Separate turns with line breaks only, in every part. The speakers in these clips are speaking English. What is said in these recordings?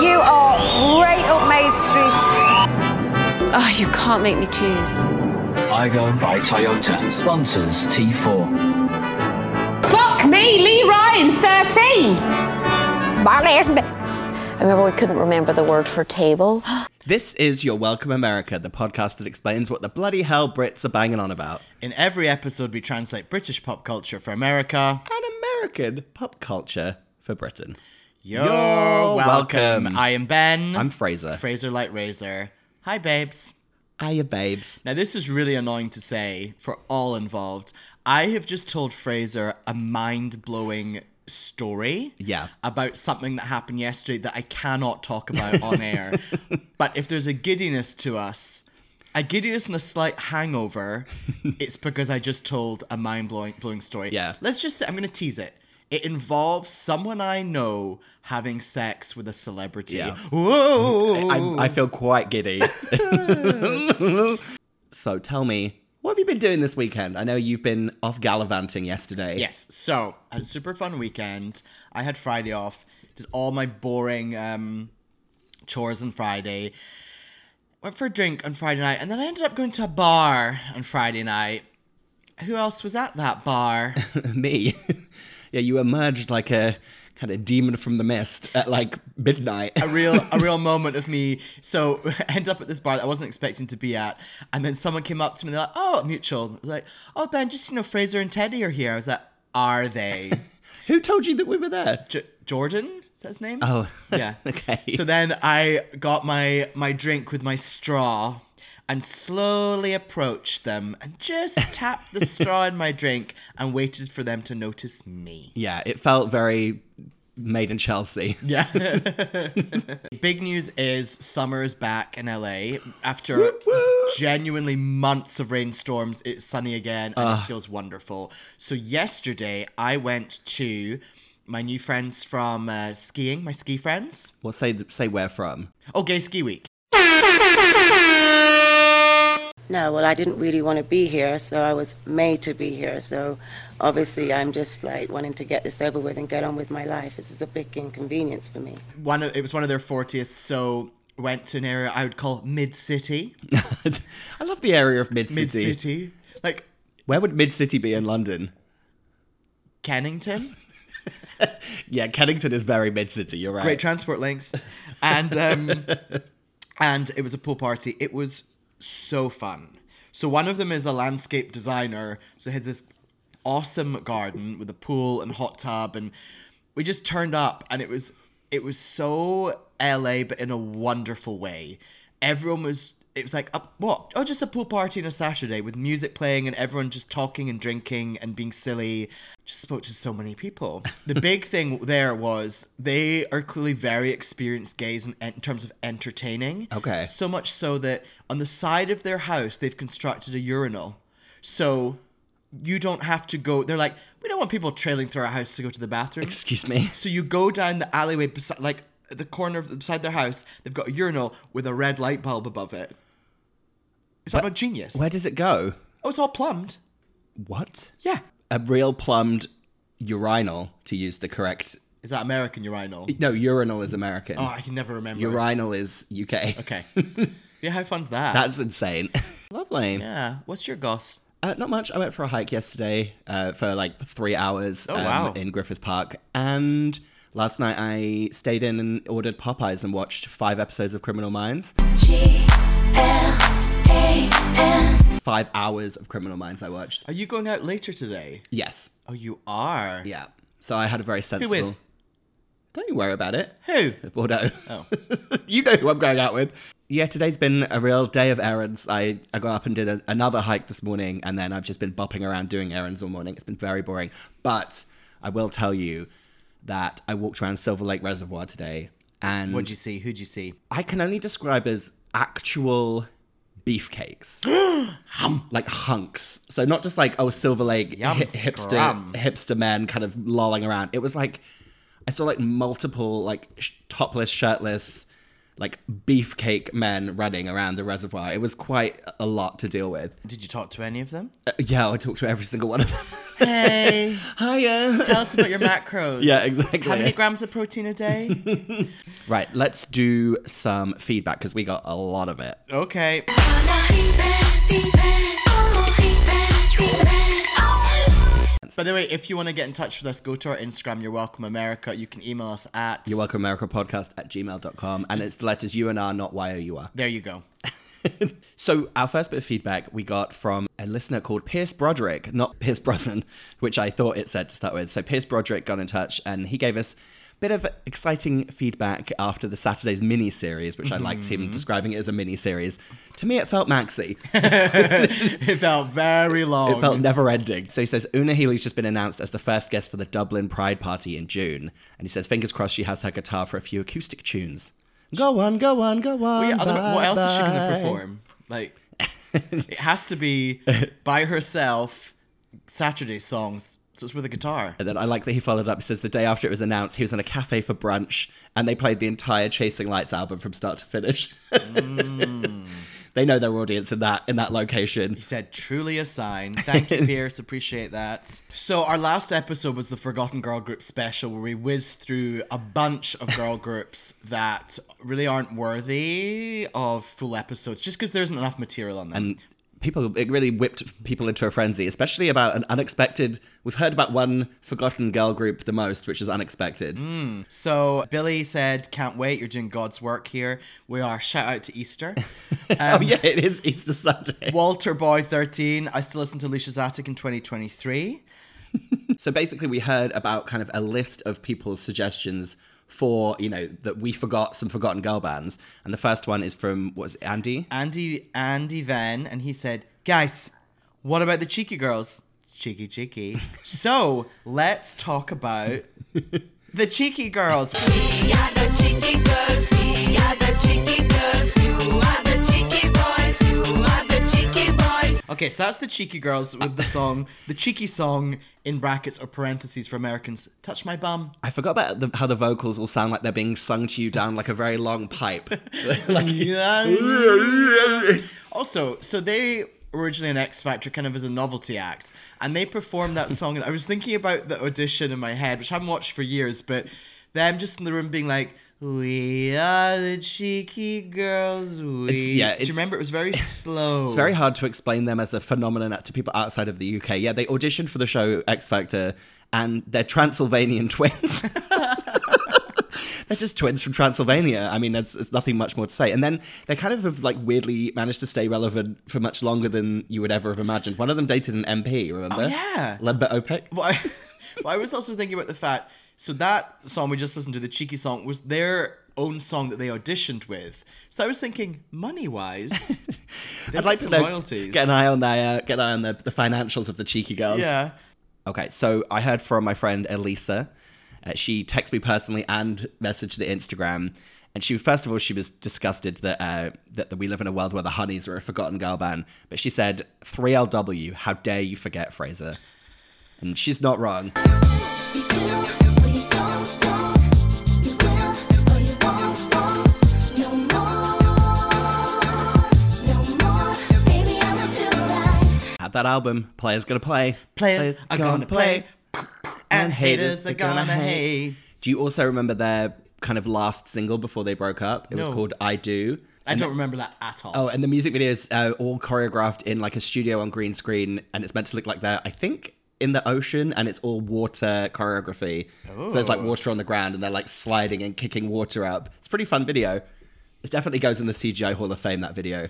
You are right up Main Street.
Oh, you can't make me choose.
I go by Toyota. Sponsors T4.
Fuck me, Lee Ryan's 13.
I remember we couldn't remember the word for table.
This is Your Welcome America, the podcast that explains what the bloody hell Brits are banging on about.
In every episode, we translate British pop culture for America.
And American pop culture for Britain.
You're,
welcome.
welcome. I am Ben.
I'm Fraser.
Fraser Light Razor. Hi, babes.
Hiya, babes.
Now, this is really annoying to say for all involved. I have just told Fraser a mind blowing story.
Yeah.
About something that happened yesterday that I cannot talk about on air. But if there's a giddiness to us, a giddiness and a slight hangover, it's because I just told a mind blowing blowing story.
Yeah.
Let's just say, I'm going to tease it. It involves someone I know having sex with a celebrity.
Yeah.
Whoa!
I, I feel quite giddy. so tell me, what have you been doing this weekend? I know you've been off gallivanting yesterday.
Yes. So I had a super fun weekend. I had Friday off. Did all my boring um, chores on Friday. Went for a drink on Friday night, and then I ended up going to a bar on Friday night. Who else was at that bar?
Me. yeah, you emerged like a kind of demon from the mist at like midnight.
a real a real moment of me. So end up at this bar that I wasn't expecting to be at, and then someone came up to me and they're like, "Oh, mutual." Like, "Oh, Ben, just you know, Fraser and Teddy are here." I was like, "Are they?"
Who told you that we were there?
J- Jordan is that his name?
Oh,
yeah.
okay.
So then I got my my drink with my straw and slowly approached them and just tapped the straw in my drink and waited for them to notice me.
Yeah, it felt very made in Chelsea.
Yeah. Big news is summer is back in LA after genuinely months of rainstorms. It's sunny again and it feels wonderful. So yesterday I went to my new friends from uh, skiing, my ski friends.
Well, say th- say where from.
Oh, Gay Ski Week.
No, well, I didn't really want to be here, so I was made to be here. So obviously, I'm just like wanting to get this over with and get on with my life. This is a big inconvenience for me.
One of, it was one of their 40th, so went to an area I would call mid city.
I love the area of Mid
Mid
City.
city. Like
Where would Mid City be in London?
Kennington.
Yeah, Kennington is very Mid City. You're right.
great transport links and um and it was a pool party it was so fun so one of them is a landscape designer so he has this awesome garden with a pool and hot tub and we just turned up and it was it was so la but in a wonderful way everyone was it was like a, what oh just a pool party on a saturday with music playing and everyone just talking and drinking and being silly just spoke to so many people the big thing there was they are clearly very experienced gays in, in terms of entertaining
Okay.
so much so that on the side of their house they've constructed a urinal so you don't have to go they're like we don't want people trailing through our house to go to the bathroom
Excuse me.
so you go down the alleyway, besi- like at the corner of, beside their house. They've got a urinal with a red light bulb above it. Is that not genius?
Where does it go?
oh, it's all plumbed.
What?
Yeah.
A real plumbed urinal, to use the correct.
Is that American urinal?
No, urinal is American.
Oh, I can never remember.
urinal is UK.
Okay. yeah, how fun's that?
That's insane. Lovely.
yeah. What's your goss?
Uh, not much. I went for a hike yesterday uh, for like three hours um,
Oh, wow.
in Griffith Park. And last night I stayed in and ordered Popeyes and watched five episodes of Criminal Minds. Five hours of Criminal Minds I watched.
Are you going out later today?
Yes.
Oh, you are.
Yeah. So I had a very
Who
sensible.
with?
Don't you worry about it.
Who?
Bordeaux.
Oh.
you know who I'm going out with. Yeah, today's been a real day of errands. I, I got up and did a, another hike this morning, and then I've just been bopping around doing errands all morning. It's been very boring. But I will tell you that I walked around Silver Lake Reservoir today, and
What'd you see? Who'd you see?
I can only describe as actual beefcakes. like hunks. So not just like, oh, Silver Lake
Yum
hi- hipster,
scrum.
hipster men kind of lolling around. It was like, I saw like multiple like sh- topless, shirtless, like beefcake men running around the reservoir. It was quite a lot to deal with.
Did you talk to any of them?
Uh, yeah, I talked to every single one of them.
Hey,
Hiya.
tell us about your macros.
Yeah, exactly.
How many grams of protein a day?
Right, let's do some feedback because we got a lot of it.
Okay. By the way, if you want to get in touch with us, go to our Instagram, You're Welcome America. You can email us at.
You're welcome, America Podcast at gmail.com. And it's the letters U and R, not Y O U R.
There you go.
So, our first bit of feedback we got from a listener called Pierce Broderick, not Pierce Brosnan, which I thought it said to start with. So, Pierce Broderick got in touch and he gave us a bit of exciting feedback after the Saturday's mini series, which I liked
Mm-hmm.
him describing it as a mini series. To me, it felt maxi.
It felt very long.
It felt never ending. So he says Una Healy's just been announced as the first guest for the Dublin Pride Party in June. And he says, fingers crossed she has her guitar for a few acoustic tunes. Go on, go on, go on.
Yeah, otherwise- what else is she going
bye.
to perform? Like, it has to be by herself Saturday songs. So it's with a guitar.
And then I like that he followed up. He says the day after it was announced, he was in a cafe for brunch and they played the entire Chasing Lights album from start to finish. They know their audience in that in that location.
He said, truly a sign. Thank you, Pierce. Appreciate that. So, our last episode was the Forgotten Girl Group special, where we whizzed through a bunch of girl groups that really aren't worthy of full episodes just because there isn't enough material on them.
People it really whipped people into a frenzy, especially about an unexpected we've heard about one forgotten girl group the most, which is unexpected.
So Billy said, "Can't wait! You're doing God's work here. We are. Shout out to Easter."
oh yeah, it is Easter Sunday.
Walter Boy thirteen. I still listen to Alicia's Attic in 2023.
So basically, we heard about kind of a list of people's suggestions for you know that we forgot some forgotten girl bands, and the first one is from what was it, Andy?
Andy Andy Van, and he said, "Guys, what about the cheeky girls? Cheeky cheeky. so let's talk about the cheeky girls." Okay, so that's the cheeky girls with the song, the cheeky song in brackets or parentheses for Americans. Touch my bum.
I forgot about the, how the vocals all sound like they're being sung to you down like a very long pipe. like,
also, so they originally an X Factor kind of as a novelty act, and they performed that song. And I was thinking about the audition in my head, which I haven't watched for years, but them just in the room being like, "We are the cheeky girls." We.
It's- yeah,
Do you
it's-
remember it was very slow?
It's very hard to explain them as a phenomenon to people outside of the UK. Yeah, they auditioned for the show X Factor, and they're Transylvanian twins. they're just twins from Transylvania. I mean, that's, there's nothing much more to say. And then they kind of have like weirdly managed to stay relevant for much longer than you would ever have imagined. One of them dated an MP, remember?
Oh, yeah.
Ledbert Opec.
But I, but I was also thinking about the fact. So that song we just listened to, the cheeky song, was their own song that they auditioned with. So I was thinking, money wise,
I'd like to
some
know,
royalties.
get an eye on their, uh, get an eye on the, the financials of the cheeky girls.
yeah.
Okay, so I heard from my friend Elisa. Uh, she texted me personally and messaged the Instagram. And she, first of all, she was disgusted that, uh, that that we live in a world where the Honeys are a forgotten girl band. But she said, "3LW, how dare you forget Fraser?" And she's not wrong. Had that album, players gonna play.
Players are gonna play, and haters are gonna hate.
Do you also remember their kind of last single before they broke up? It was
No.
called "I Do."
I don't remember that at all.
Oh, and the music video is uh, all choreographed in like a studio on green screen, and it's meant to look like that. I think in the ocean, and it's all water choreography. So there's like water on the ground, and they're like sliding and kicking water up. It's a pretty fun video. It definitely goes in the CGI Hall of Fame. That video.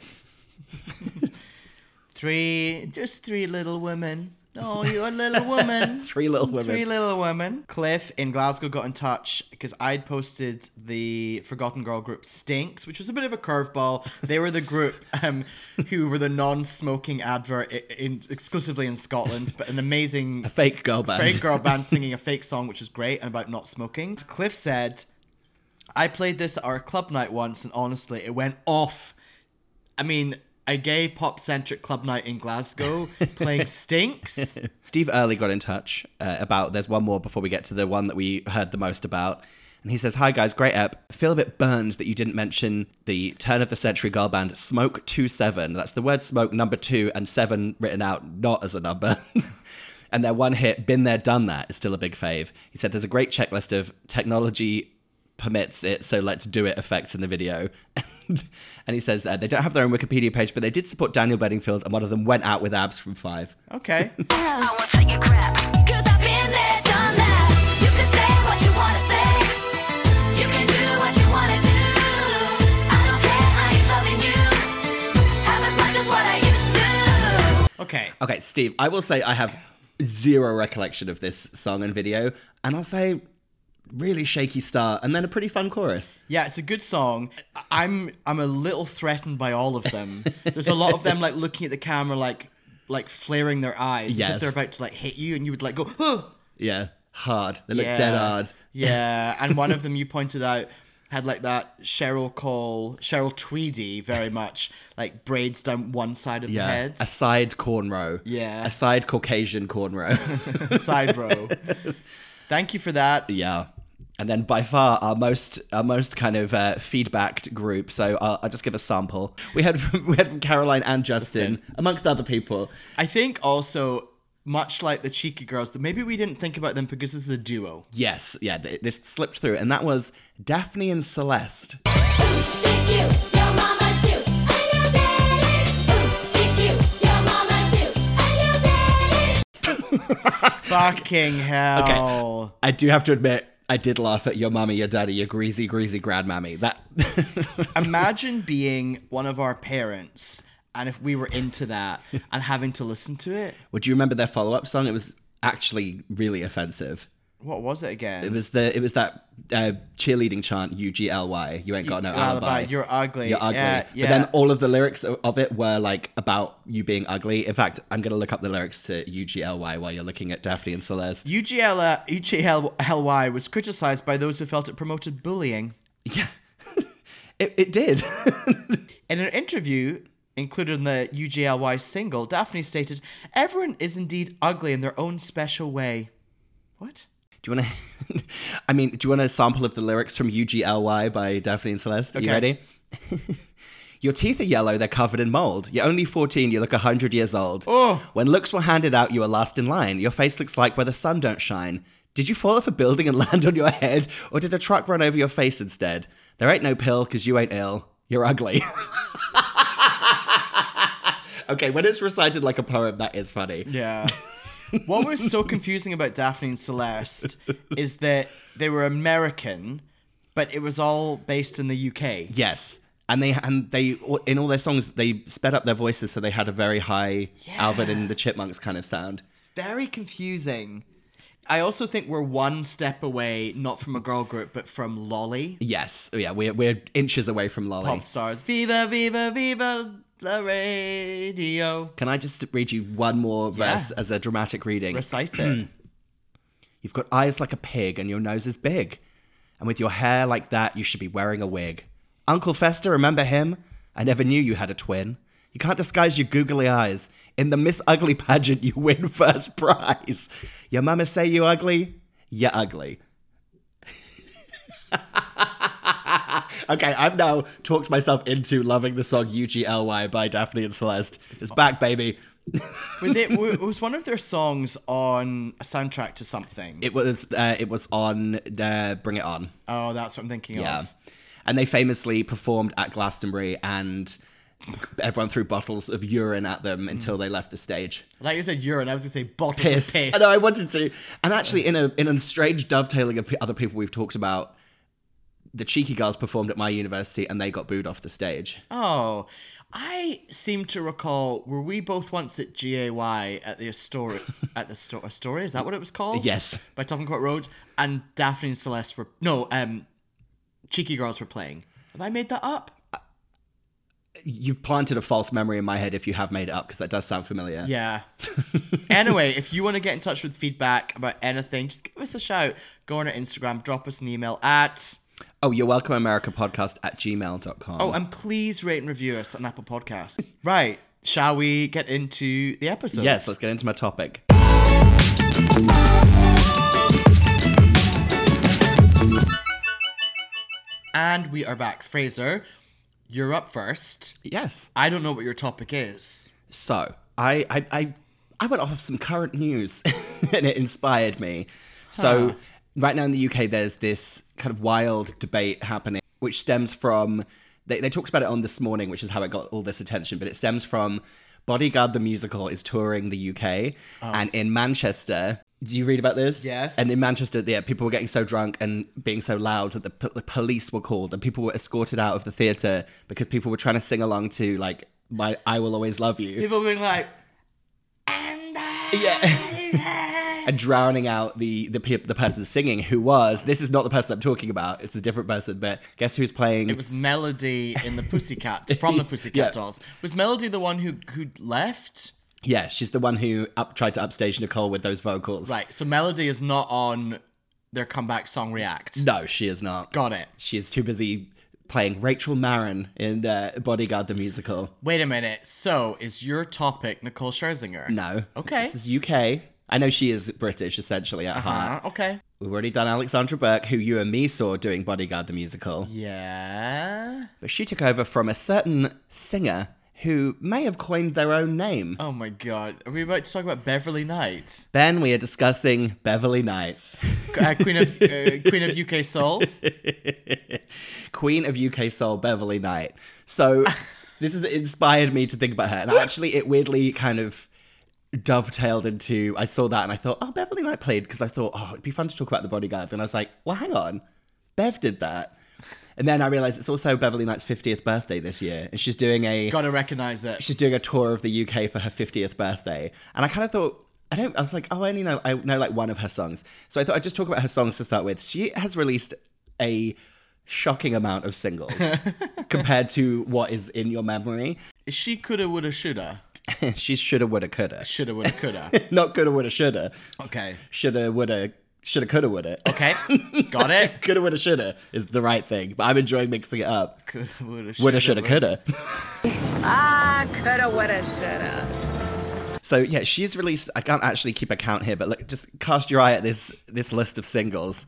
Three, just three little women. Oh, you're a little woman.
Three little women.
Three little women. Cliff in Glasgow got in touch because I'd posted the Forgotten Girl group Stinks, which was a bit of a curveball. They were the group um, who were the non-smoking advert i in, exclusively in Scotland, but an amazing
Fake girl band.
Great girl band singing a fake song, which was great, and about not smoking. Cliff said, I played this at our club night once, and honestly, it went off. I mean, a gay pop centric club night in Glasgow playing Stinks.
Steve Early got in touch uh, about there's one more before we get to the one that we heard the most about. And he says, Hi guys, great app. Feel a bit burned that you didn't mention the turn of the century girl band Smoke 2 7. That's the word smoke number two and seven written out, not as a number. and their one hit, Been There, Done That, is still a big fave. He said there's a great checklist of technology permits it, so let's do it effects in the video. and he says that they don't have their own Wikipedia page, but they did support Daniel Bedingfield, and one of them went out with abs from five.
Okay.
I won't take a crap. Cause I've been there, done that. You can say what you wanna say. You can do what you wanna do. I don't care, I ain't loving you. Half as much as what I used to.
Okay.
Okay, Steve, I will say I have zero recollection of this song and video, and I'll say really shaky start and then a pretty fun chorus.
Yeah, it's a good song. I- I'm I'm a little threatened by all of them. There's a lot of them like looking at the camera like like flaring their eyes as
Yes.
if they're about to like hit you and you would like go, "Huh."
Yeah, hard. They look dead hard.
Yeah, and one of them you pointed out had like that Cheryl Cole, Cheryl Tweedy very much like braids down one side of
Yeah,
the head.
a side cornrow.
Yeah.
a side Caucasian cornrow.
side row. Thank you for that.
yeah. And then by far our most our most kind of uh, feedbacked group. So I'll, I'll just give a sample. We had from, we had from Caroline and Justin, amongst other people.
I think also much like the cheeky girls, that maybe we didn't think about them because this is a duo.
Yes, yeah, th- this slipped through, and that was Daphne and Celeste.
Boom, stick you, your mama too, and your daddy. Boom, stick you, your mama too, and your daddy.
Fucking hell.
I do have to admit, I did laugh at your mummy, your daddy, your greasy, greasy grandmammy. That
Imagine being one of our parents and if we were into that and having to listen to it.
would you remember their follow up song? It was actually really offensive.
What was it again?
It was the it was that uh, cheerleading chant U G L Y. You ain't got no alibi.
You're ugly.
You're ugly.
Yeah, yeah.
But then all of the lyrics o- of it were like about you being ugly. In fact, I'm gonna look up the lyrics to U G L Y while you're looking at Daphne and Celeste.
UGL, UGLY was criticized by those who felt it promoted bullying.
Yeah, it it did.
In an interview included in the UGLY single, Daphne stated, Everyone is indeed ugly in their own special way. What?
Do you want to? I mean, do you want a sample of the lyrics from UGLY by Daphne and Celeste? Are you
Okay.
ready? Your teeth are yellow, they're covered in mold. You're only 14, you look 100 years old.
Oh.
When looks were handed out, you were last in line. Your face looks like where the sun don't shine. Did you fall off a building and land on your head, or did a truck run over your face instead? There ain't no pill, because you ain't ill. You're ugly. okay, when it's recited like a poem, that is funny.
Yeah. what was so confusing about Daphne and Celeste is that they were American, but it was all based in the UK.
Yes. And they and they in all their songs they sped up their voices so they had a very high Alvin and the Chipmunks kind of sound.
Very confusing. I also think we're one step away, not from a girl group, but from Lolly.
Yes, yeah, we're we're inches away from Lolly.
Pop stars. Viva, viva, viva la radio.
Can I just read you one more verse as a dramatic reading?
Recite
Mm.
it.
You've got eyes like a pig and your nose is big, and with your hair like that you should be wearing a wig. Uncle Fester, remember him? I never knew you had a twin. You can't disguise your googly eyes. In the Miss Ugly pageant, you win first prize. Your mama say you ugly. You're ugly. Okay, I've now talked myself into loving the song UGLY by Daphne and Celeste. It's back, baby.
Were they, w- was one of their songs on a soundtrack to something?
It was uh, it was on uh, Bring It On.
oh, that's what I'm thinking
Yeah.
of.
And they famously performed at Glastonbury and everyone threw bottles of urine at them until they left the stage.
Like you said, urine. I was going to say bottles
Piss.
of piss.
I know I wanted to. And actually in a in a strange dovetailing of p- other people we've talked about, the Cheeky Girls performed at my university and they got booed off the stage.
Oh, I seem to recall. Were we both once at GAY at the Astoria? at the Sto- Astoria, is that what it was called?
Yes.
By Tottenham Court Road, and Daphne and Celeste were no, um, Cheeky Girls were playing. Have I made that up?
You've planted a false memory in my head if you have made it up because that does sound familiar.
Yeah. anyway, if you want to get in touch with feedback about anything, just give us a shout. Go on our Instagram, drop us an email at.
Oh, you're welcome, America podcast at gmail.com.
Oh, and please rate and review us on Apple Podcast. right. Shall we get into the episode?
yes, let's get into my topic.
And we are back. Fraser, you're up first.
Yes.
I don't know what your topic is.
So I I I, I went off of some current news and it inspired me. So, right now in the UK, there's this kind of wild debate happening, which stems from, they, they talked about it on This Morning, which is how it got all this attention, but it stems from Bodyguard the Musical is touring the UK and in Manchester. Did you read about this?
Yes.
And in Manchester, yeah, people were getting so drunk and being so loud that the, p- the police were called and people were escorted out of the theatre because people were trying to sing along to, like, my I Will Always Love You.
People being like,
Yeah. and drowning out the the pe- the person singing who was this is not the person I'm talking about. It's a different person, but guess who's playing?
it was Melody in the Pussycat from the Pussycat
Yeah.
Dolls. Was Melody the one who who left?
yeah, she's the one who up tried to upstage Nicole with those vocals.
Right. So Melody is not on their comeback song React.
No, she is not.
Got it.
She is too busy playing Rachel Marin in uh, Bodyguard the musical.
Wait a minute. So is your topic Nicole Scherzinger?
No.
Okay.
This is UK. I know she is British essentially at heart.
Uh, okay.
We've already done Alexandra Burke, who you and me saw doing Bodyguard the musical.
Yeah.
But she took over from a certain singer who may have coined their own name.
Oh my god. Are we about to talk about Beverly Knight?
Then we are discussing Beverly Knight,
Uh, Queen of uh, Queen of UK Soul.
Queen of UK Soul, Beverly Knight. So this has inspired me to think about her. And actually, it weirdly kind of dovetailed into I saw that and I thought, oh, Beverly Knight played because I thought, oh, it'd be fun to talk about the bodyguards. And I was like, well, hang on, Bev did that. And then I realized it's also Beverly Knight's 50th birthday this year. And she's doing a
Gotta recognize that.
she's doing a tour of the UK for her 50th birthday. And I kind of thought, I don't, I was like, oh, I only know, I know like one of her songs. So I thought I'd just talk about her songs to start with. She has released a shocking amount of singles compared to what is in your memory.
She coulda, woulda, shoulda.
She's shoulda, woulda, coulda.
Shoulda, woulda, coulda.
Not coulda, woulda, shoulda.
okay.
Shoulda, woulda, shoulda, coulda, woulda.
Okay. Got it.
coulda, woulda, shoulda is the right thing, but I'm enjoying mixing it up.
Coulda, woulda, shoulda.
Woulda, shoulda, coulda.
Ah, coulda, woulda, shoulda.
So yeah, she's released. I can't actually keep a count here, but look, just cast your eye at this this list of singles.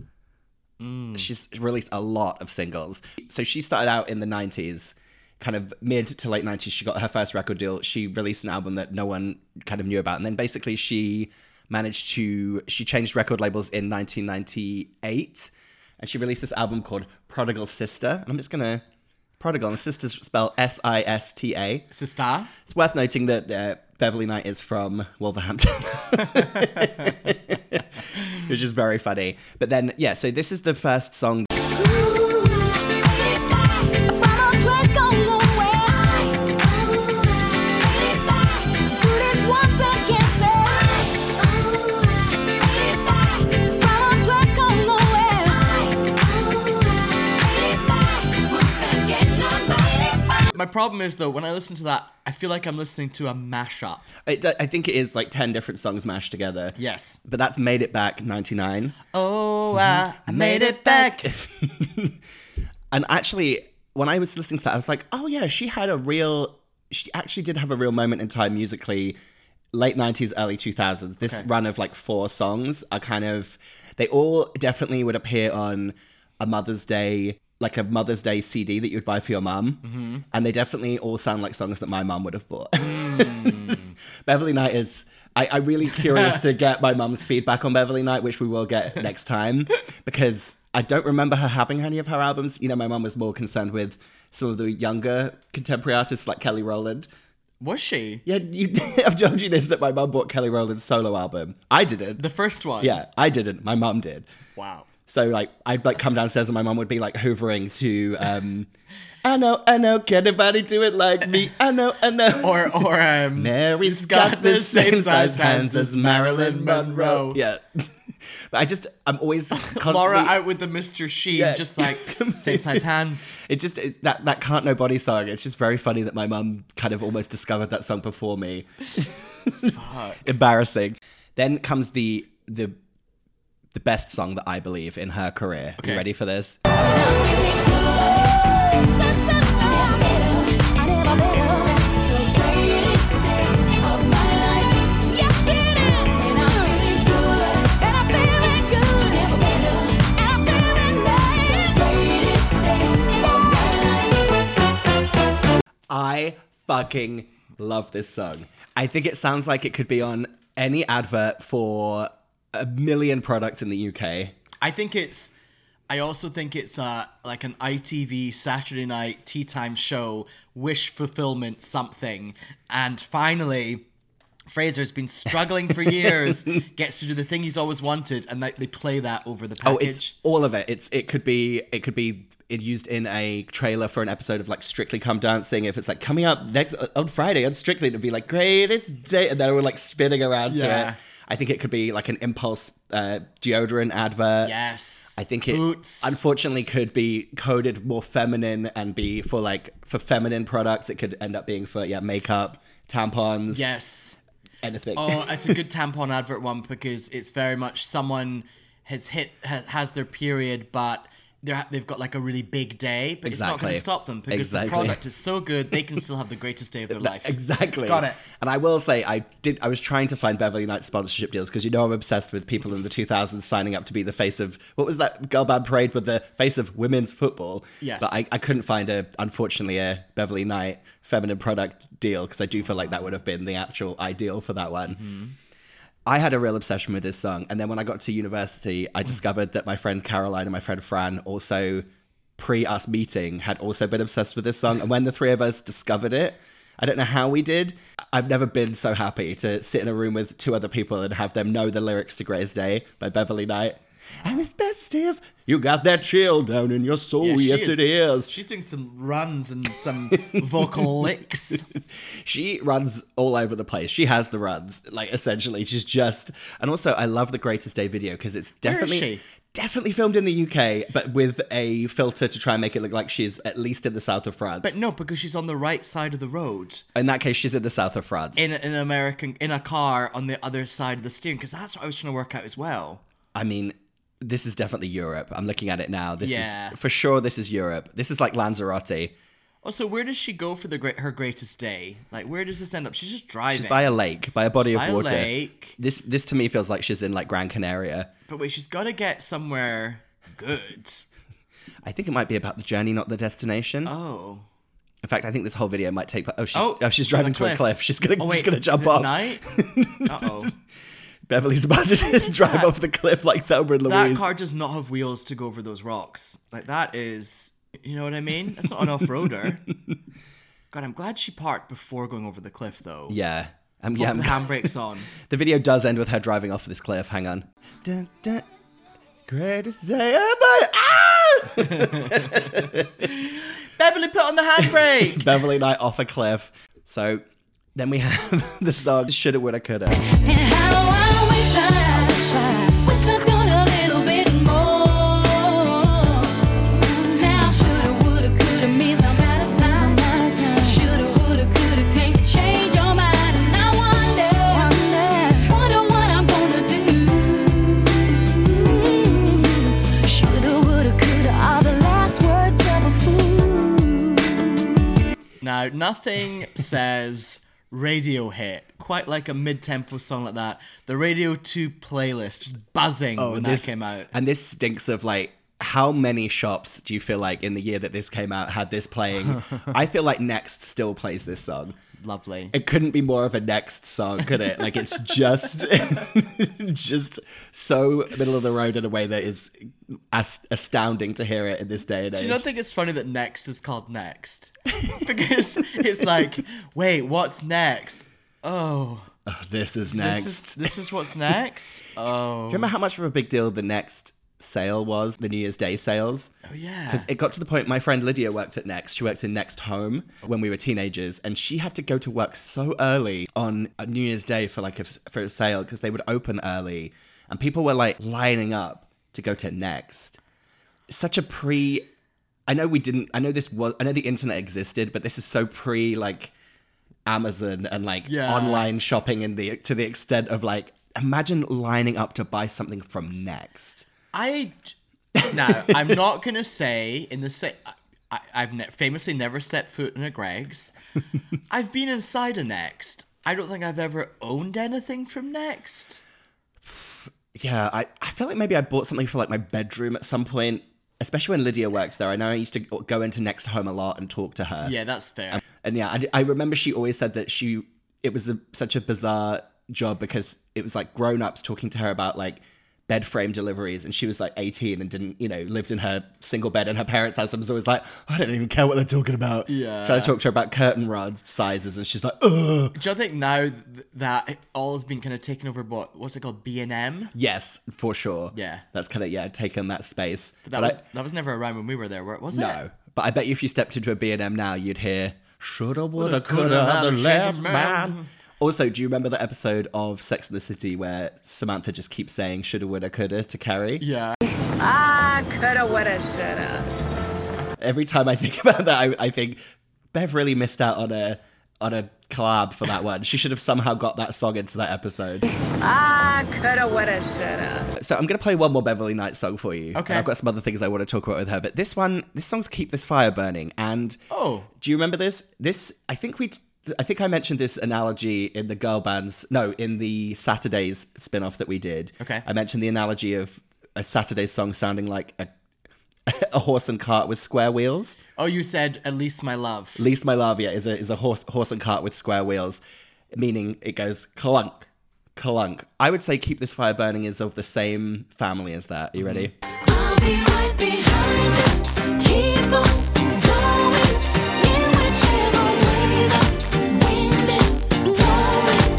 She's released a lot of singles. So she started out in the '90s, kind of mid to late '90s. She got her first record deal. She released an album that no one kind of knew about, and then basically she managed to she changed record labels in 1998, and she released this album called Prodigal Sister. And I'm just gonna Prodigal and Sister's spelled S-I-S-T-A.
Sister.
It's worth noting that uh, Beverly Knight is from Wolverhampton, which is very funny. But then, yeah, so this is the first song.
My problem is though, when I listen to that, I feel like I'm listening to a mashup.
It, I think it is like 10 different songs mashed together.
Yes.
But that's Made It Back 99.
Oh, I, I made it back.
And actually, when I was listening to that, I was like, oh, yeah, she had a real, she actually did have a real moment in time musically, late 90s, early 2000s. This run of like four songs are kind of, they all definitely would appear on a Mother's Day, like a Mother's Day CD that you'd buy for your mum.
Mm-hmm.
And they definitely all sound like songs that my mum would have bought.
Mm.
Beverly Night is. I, I'm really curious to get my mum's feedback on Beverly Night, which we will get next time, because I don't remember her having any of her albums. You know, my mum was more concerned with some of the younger contemporary artists like Kelly Rowland.
Was she?
Yeah, you, I've told you this that my mum bought Kelly Rowland's solo album. I didn't.
The first one.
yeah, I didn't. My mum did.
Wow.
So like, I'd like come downstairs and my mum would be like hoovering to, um, I know, I know, can anybody do it like me? I know, I know.
Or or um
Mary's got the same size hands as Marilyn Monroe. Yeah. but I just, I'm always constantly.
Laura out with the Mr. Sheen,
Yeah.
just like same size hands.
it just it, that that can't nobody song. It's just very funny that my mum kind of almost discovered that song before me. Embarrassing. Then comes the the the best song that I believe in her career.
Okay.
You ready for this? I fucking love this song. I think it sounds like it could be on any advert for a million products in the UK.
I think it's. I also think it's uh like an ITV Saturday night tea time show, wish fulfillment something, and finally. Fraser's been struggling for years, gets to do the thing he's always wanted, and they, they play that over the
Oh,
package.
it's all of it. It's it could be it could be it used in a trailer for an episode of like Strictly Come Dancing. If it's like coming up next uh, on Friday on Strictly, it'd be like greatest day, and then we're like spinning around to
Yeah.
it. I think it could be like an impulse uh, deodorant advert.
yes.
I think it
Boots.
unfortunately could be coded more feminine and be for like for feminine products. It could end up being for yeah makeup, tampons,
yes.
anything.
Oh, it's a good tampon advert one because it's very much someone has hit has, has their period, but they're, ha- they've got like a really big day, but it's not going
Exactly.
to stop them because
Exactly.
the product is so good they can still have the greatest day of their life.
Exactly.
Got it.
And I will say, I did. I was trying to find Beverly Knights sponsorship deals because you know I'm obsessed with people in the 2000s signing up to be the face of what was that girl band parade with the face of women's football.
Yes.
But I, I couldn't find a, unfortunately, a Beverly Knight feminine product deal because I do feel like that would have been the actual ideal for that
Mm-hmm.
one. I had a real obsession with this song. And then when I got to university,
Mm.
I discovered that my friend Caroline and my friend Fran also, pre us meeting, had also been obsessed with this song. And when the three of us discovered it, I don't know how we did. I've never been so happy to sit in a room with two other people and have them know the lyrics to Grey's Day by Beverly Knight. And it's best if you got that chill down in your soul.
Yeah, she
yes, it is.
She's doing some runs and some vocal licks.
She runs all over the place. She has the runs, like essentially. She's just, and also I love the Greatest Day video because it's
is
definitely
she?
definitely filmed in the UK, but with a filter to try and make it look like she's at least in the south of France.
But no, because she's on the right side of the road
in that case, she's in the south of France.
in an American in a car on the other side of the steering. Because that's what I was trying to work out as well.
I mean, this is definitely Europe. I'm looking at it now. This
Yeah.
is for sure. This is Europe. This is like Lanzarote.
Also, where does she go for the great her greatest day? Like, where does this end up? She's just driving.
She's by a lake, by a body
By
of
a
water.
lake.
This this to me feels like she's in like Gran Canaria.
But wait, she's got to get somewhere good.
I think it might be about the journey, not the destination.
Oh.
In fact, I think this whole video might take. pla- Oh, she, oh,
Oh,
she's
on
driving
a
to a
cliff.
cliff. She's gonna,
Oh,
she's
wait,
gonna
is
jump
it
off.
night? Uh-oh.
Beverly's about to just drive off the cliff like Thelma and
that
Louise.
car does not have wheels to go over those rocks. Like that is, you know what I mean? That's not an off-roader. God, I'm glad she parked before going over the cliff though.
yeah, um,
Put
yeah.
the
I'm-
handbrakes on.
the video does end with her driving off this cliff. Hang on. Dun, dun. Greatest day ever. Ah!
Beverly put on the handbrake.
Beverly and I off a cliff. So then we have the song "Shoulda, Woulda, Coulda."
And how I wish I wish I'd done a little bit more. Now shoulda, woulda, coulda means I'm out of time. Shoulda, woulda, coulda can't change your mind, and I wonder, wonder what I'm gonna do. Shoulda, woulda, coulda are the last words of a fool.
Now, nothing says radio hit quite like a mid-tempo song like that. The Radio 2 playlist just buzzing when
Oh, this-
that came out.
And this stinks of like how many shops do you feel like in the year that this came out had this playing? I feel like Next still plays this song.
Lovely.
It couldn't be more of a next song, could it? Like it's just just so middle of the road in a way that is as- astounding to hear it in this day and age.
Do you not think it's funny that next is called next? because it's like, wait, what's next? Oh,
Oh, this is next.
this is this is what's next. Oh,
Remember how much of a big deal the next sale was, the New Year's Day sales?
oh yeah.
Because it got to the point my friend Lydia worked at Next. She worked in Next Home when we were teenagers, and she had to go to work so early on a New Year's Day for like a, for a sale because they would open early, and people were like lining up to go to Next. Such a pre. I know we didn't. I know this was. I know the internet existed, but this is so pre like Amazon and like
Yeah.
online shopping in the to the extent of like imagine lining up to buy something from Next.
I now I'm not gonna say in the same. I, I've ne- famously never set foot in a Greg's. I've been inside a Next. I don't think I've ever owned anything from Next.
yeah, I, I feel like maybe I bought something for like my bedroom at some point, especially when Lydia worked there. I know I used to go into next home a lot and talk to her.
Yeah, that's fair.
And yeah, I, I remember she always said that she, it was a, such a bizarre job because it was like grown ups talking to her about like bed frame deliveries and she was like 18 and didn't you know lived in her single bed in her parents house and was always like i don't even care what they're talking about
Yeah.
trying to talk to her about curtain rod sizes and she's like ugh
Do you think now th- that it all has been kind of taken over? What what's it called? B and M.
yes for sure
Yeah.
that's kind of yeah taken that space
That
But I-
was that was never around when we were there, were it? Was it?
No, but I bet you if you stepped into a B&M now, you'd hear shoulda, woulda,
coulda,
coulda,
had a
had a left
shaggy man."
man. Also, do you remember the episode of Sex and the City where Samantha just keeps saying shoulda, woulda, coulda to Carrie?
Yeah.
Ah, coulda, woulda, shoulda.
Every time I think about that, I, I think Bev really missed out on a on a collab for that one. She should have somehow got that song into that episode.
Ah, coulda, woulda, shoulda.
So I'm gonna play one more Beverly Knights song for you.
Okay.
And I've got some other things I want to talk about with her, but this one, this song's "Keep This Fire Burning," and
Oh.
do you remember this? This I think we, I think I mentioned this analogy in the girl bands. No, in the Saturdays spin-off that we did.
Okay.
I mentioned the analogy of a Saturday song sounding like a a horse and cart with square wheels.
Oh, you said at least my love.
Least My Love, yeah, is a is a horse horse and cart with square wheels, meaning it goes clunk, clunk. I would say keep this fire burning is of the same family as that. Are you ready?
I'll be right behind you. Keep on going in whichever way the wind is blowing.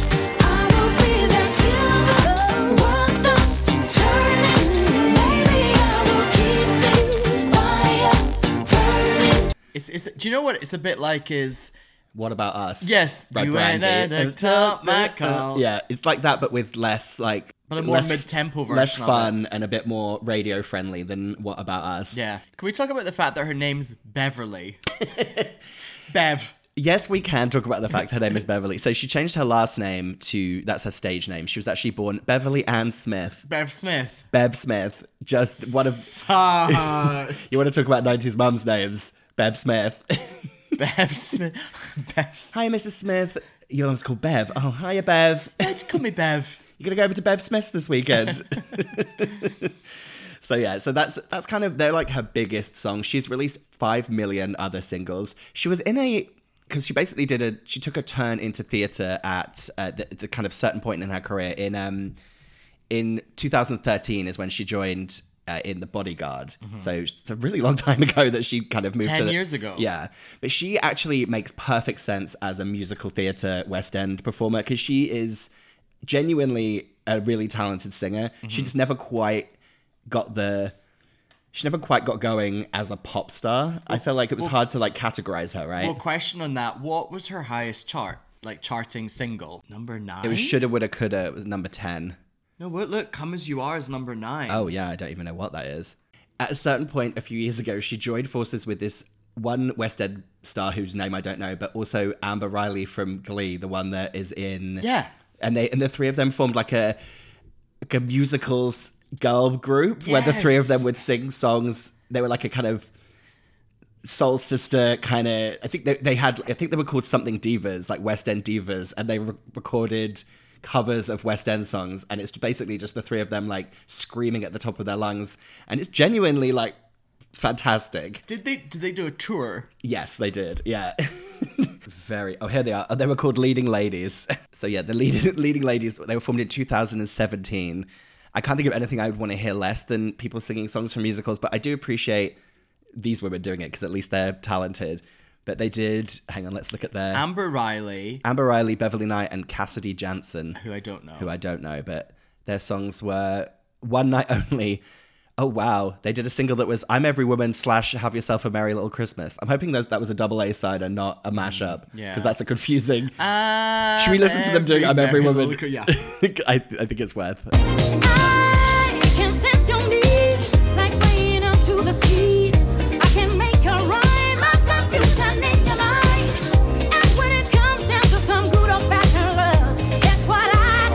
I will be there till the world stops turning. Maybe I will keep this fire burning.
It's, it's, do you know what it's a bit like? Is
What about us?
Yes,
By
you
Brandy.
and I took my call.
uh, Yeah, it's like that, but with less like,
But a more
less-
mid-tempo
less
version of
fun and a bit more radio friendly than What About Us.
yeah. Can we talk about the fact that her name's Beverly? Bev.
Yes, we can talk about the fact her name is Beverly. So she changed her last name to that's her stage name. She was actually born Beverly Ann Smith.
Bev Smith.
Bev Smith, just one of
Ah,
you want to talk about '90s mums names? Bev Smith.
Bev Smith. Bev. Smith.
Hi, Mrs. Smith. Your mum's called Bev. Oh, hiya, Bev.
Just call me Bev.
You're gonna go over to Bev Smith's this weekend. so yeah, so that's that's kind of they're like her biggest song. She's released five million other singles. She was in a because she basically did a she took a turn into theater at uh, the, the kind of certain point in her career in um in 2013 is when she joined. Uh, in the bodyguard so it's a really long time ago that she kind of moved
10
to the-
Mm-hmm. years ago.
yeah but she actually makes perfect sense as a musical theater west end performer because she is genuinely a really talented singer.
Mm-hmm.
She just never quite got the she never quite got going as a pop star. I felt like it was hard to like categorize her, right?
Well, question on that. What was her highest chart? Like charting single number nine.
it was shoulda, woulda, coulda. It was number ten.
No, what? Look, come as you are is number nine.
Oh yeah, I don't even know what that is. At a certain point a few years ago, she joined forces with this one West End star whose name I don't know, but also Amber Riley from Glee, the one that is in
Yeah.
and they and the three of them formed like a like a musicals girl group where the three of them
Yes.
would sing songs. They were like a kind of soul sister kind of. I think they they had I think they were called something divas like West End divas, and they re- recorded covers of West End songs, and it's basically just the three of them like screaming at the top of their lungs, and it's genuinely like fantastic.
Did they? Did they do a tour?
Yes, they did. Yeah. Very. Oh, here they are. Oh, they were called Leading Ladies. So yeah, the lead, Leading Ladies. They were formed in 2017. I can't think of anything I would want to hear less than people singing songs from musicals, but I do appreciate these women doing it because at least they're talented. But they did. Hang on, let's look at their
Amber Riley,
Amber Riley, Beverly Knight, and Cassidy Jansen
who I don't know.
who I don't know, but their songs were One Night Only. Oh wow, they did a single that was I'm Every Woman slash Have Yourself a Merry Little Christmas. I'm hoping that that was a double A side and not a mashup,
Mm, yeah.
because that's a confusing.
Ah,
Should we listen to them doing I'm Every
Mary
Woman?
Lou- Yeah.
I, I think it's worth.
I can sense your need, like rain onto the seed. I can make a rhyme of confusion in your mind. And when it comes down to some good old fashioned love, that's what I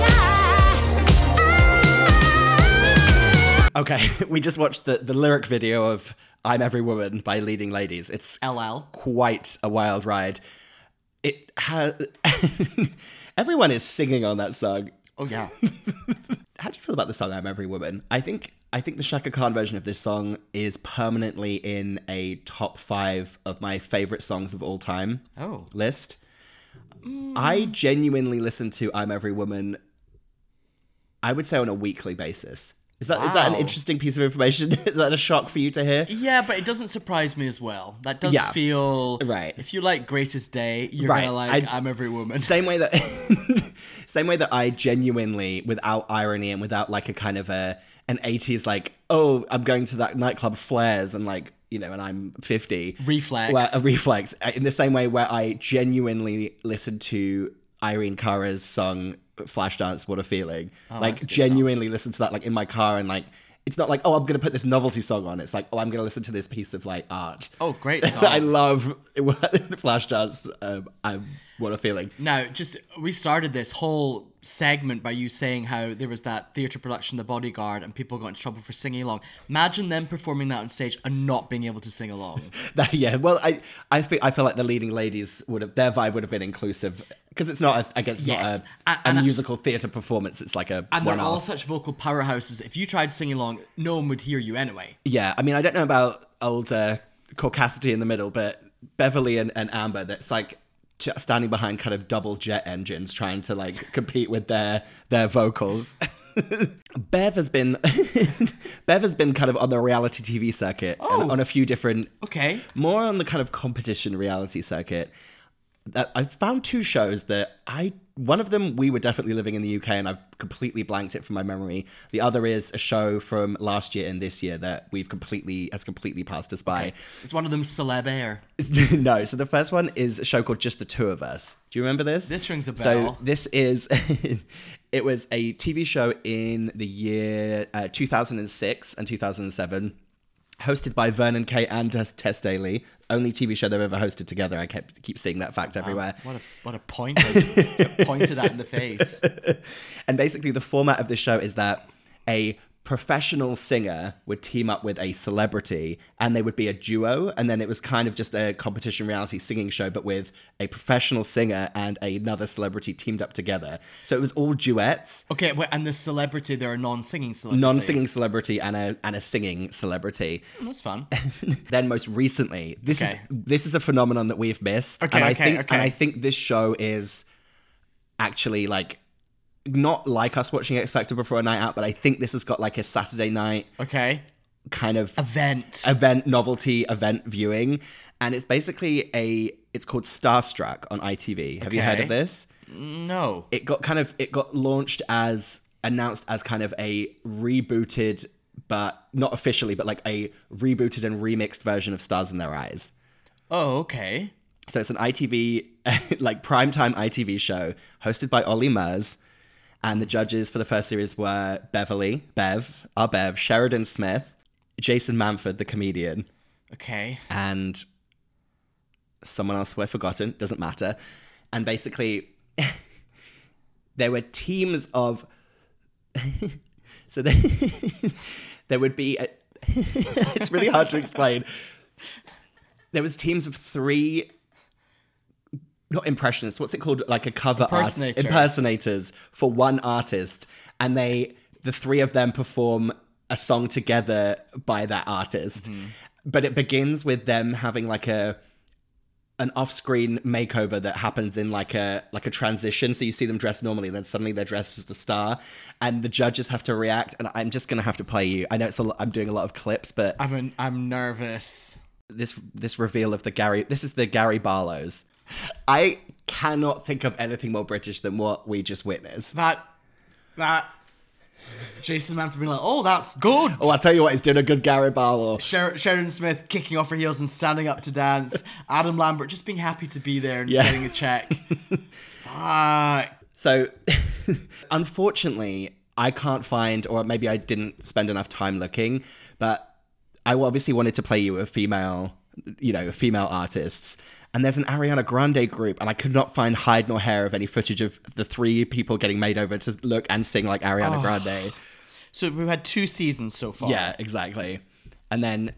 got.
Okay, we just watched the, the lyric video of I'm Every Woman by Leading Ladies. It's
LL.
quite a wild ride. It has. Everyone is singing on that song.
Oh yeah.
how do you feel about the song "I'm Every Woman"? I think I think the Shaka Khan version of this song is permanently in a top five of my favorite songs of all time
Oh.
list. I genuinely listen to I'm Every Woman, I would say on a weekly basis. Is that is that an
Wow.
interesting piece of information? is that a shock for you to hear?
Yeah, but it doesn't surprise me as well. That does
Yeah.
feel
Right.
If you like Greatest Day, you're
Right,
gonna like
I-
I, am Every Woman.
Same way that same way that I genuinely, without irony and without like a kind of a an 80s like, oh, I'm going to that nightclub flares and like, you know, and I'm 50.
Reflex.
Where, a reflex. Uh, In the same way where I genuinely listened to Irene Cara's song Flashdance, What a Feeling.
Oh,
like genuinely listen to that like in my car and like it's not like, oh, I'm gonna put this novelty song on. It's like, oh, I'm gonna listen to this piece of like art.
Oh, great song.
I love Flashdance. Um, I'm what a feeling.
Now, just we started this whole segment by you saying how there was that theatre production, The Bodyguard, and people got in trouble for singing along. Imagine them performing that on stage and not being able to sing along.
That, yeah, well, I I think I feel like the leading ladies would have their vibe would have been inclusive because it's not a, I guess it's
Yes.
not
And-
a, a
and-
musical theatre performance. It's like a
And they're
one-off.
all such vocal powerhouses. If you tried singing along, no one would hear you anyway.
yeah. I mean, I don't know about old uh, Caucasity in the middle, but Beverly and, and Amber. That's like t- standing behind kind of double jet engines trying to like compete with their their vocals. Bev has been Bev has been kind of on the reality TV circuit and
Oh.
on a few different
Okay.
more on the kind of competition reality circuit. That I found two shows that I one of them we were definitely living in the UK and I've completely blanked it from my memory. The other is a show from last year and this year that we've completely has completely passed us by.
It's one of them celeb air.
no, so the first one is a show called Just the Two of Us. Do you remember this?
This rings a
So
bell.
this is it was a TV show in the year uh, 2006 and 2007 hosted by Vernon Kay and Tess- Tess Daly. Only TV show they've ever hosted together. I kept keep seeing that fact everywhere.
What a what a point! I just got pointed at in the face.
And basically, the format of the show is that a professional singer would team up with a celebrity and they would be a duo and then it was kind of just a competition reality singing show but with a professional singer and another celebrity teamed up together so it was all duets
Okay, wait, and the celebrity, they're a non-singing celebrity.
non-singing celebrity and a and a singing celebrity
That's fun.
then most recently this is
Okay.
this is a phenomenon that we've missed
Okay,
and i
okay,
think
okay.
and i think this show is actually like not like us watching X Factor before a night out, but I think this has got like a Saturday night
Okay.
kind of
Event.
event novelty event viewing, and it's basically a it's called Starstruck on ITV. Have you heard
Okay.
of this?
no.
it got kind of it got launched as announced as kind of a rebooted but not officially but like a rebooted and remixed version of stars in their eyes
Oh, okay.
so it's an itv like primetime itv show hosted by ollie murs and the judges for the first series were beverly bev our bev sheridan smith jason manford the comedian
Okay.
and someone else who I've forgotten, doesn't matter. And basically, there were teams of. so they, there would be. A, it's really hard to explain. There was teams of three. Not impressionists. What's it called? Like a cover
Impersonator.
Art, impersonators for one artist, and they the three of them perform a song together by that artist. But it begins with them having like a an off-screen makeover that happens in like a like a transition so you see them dressed normally then suddenly they're dressed as the star and the judges have to react and I'm just going to have to play you I know it's a lot, I'm doing a lot of clips but
I'm an, I'm nervous.
this this reveal of the Gary this is the Gary Barlow's I cannot think of anything more british than what we just witnessed
That that Jason Manford being like, oh, that's good.
Oh, I'll tell you what, he's doing a good Gary Barlow.
Sher- Sheridan Smith kicking off her heels and standing up to dance. Adam Lambert just being happy to be there and
Yeah.
getting a check. Fuck.
So, unfortunately, I can't find, or maybe I didn't spend enough time looking, but I obviously wanted to play you a female, you know, female artists. And there's an Ariana Grande group, and I could not find hide nor hair of any footage of the three people getting made over to look and sing like Ariana Grande.
So we've had two seasons so far.
Yeah, exactly. And then,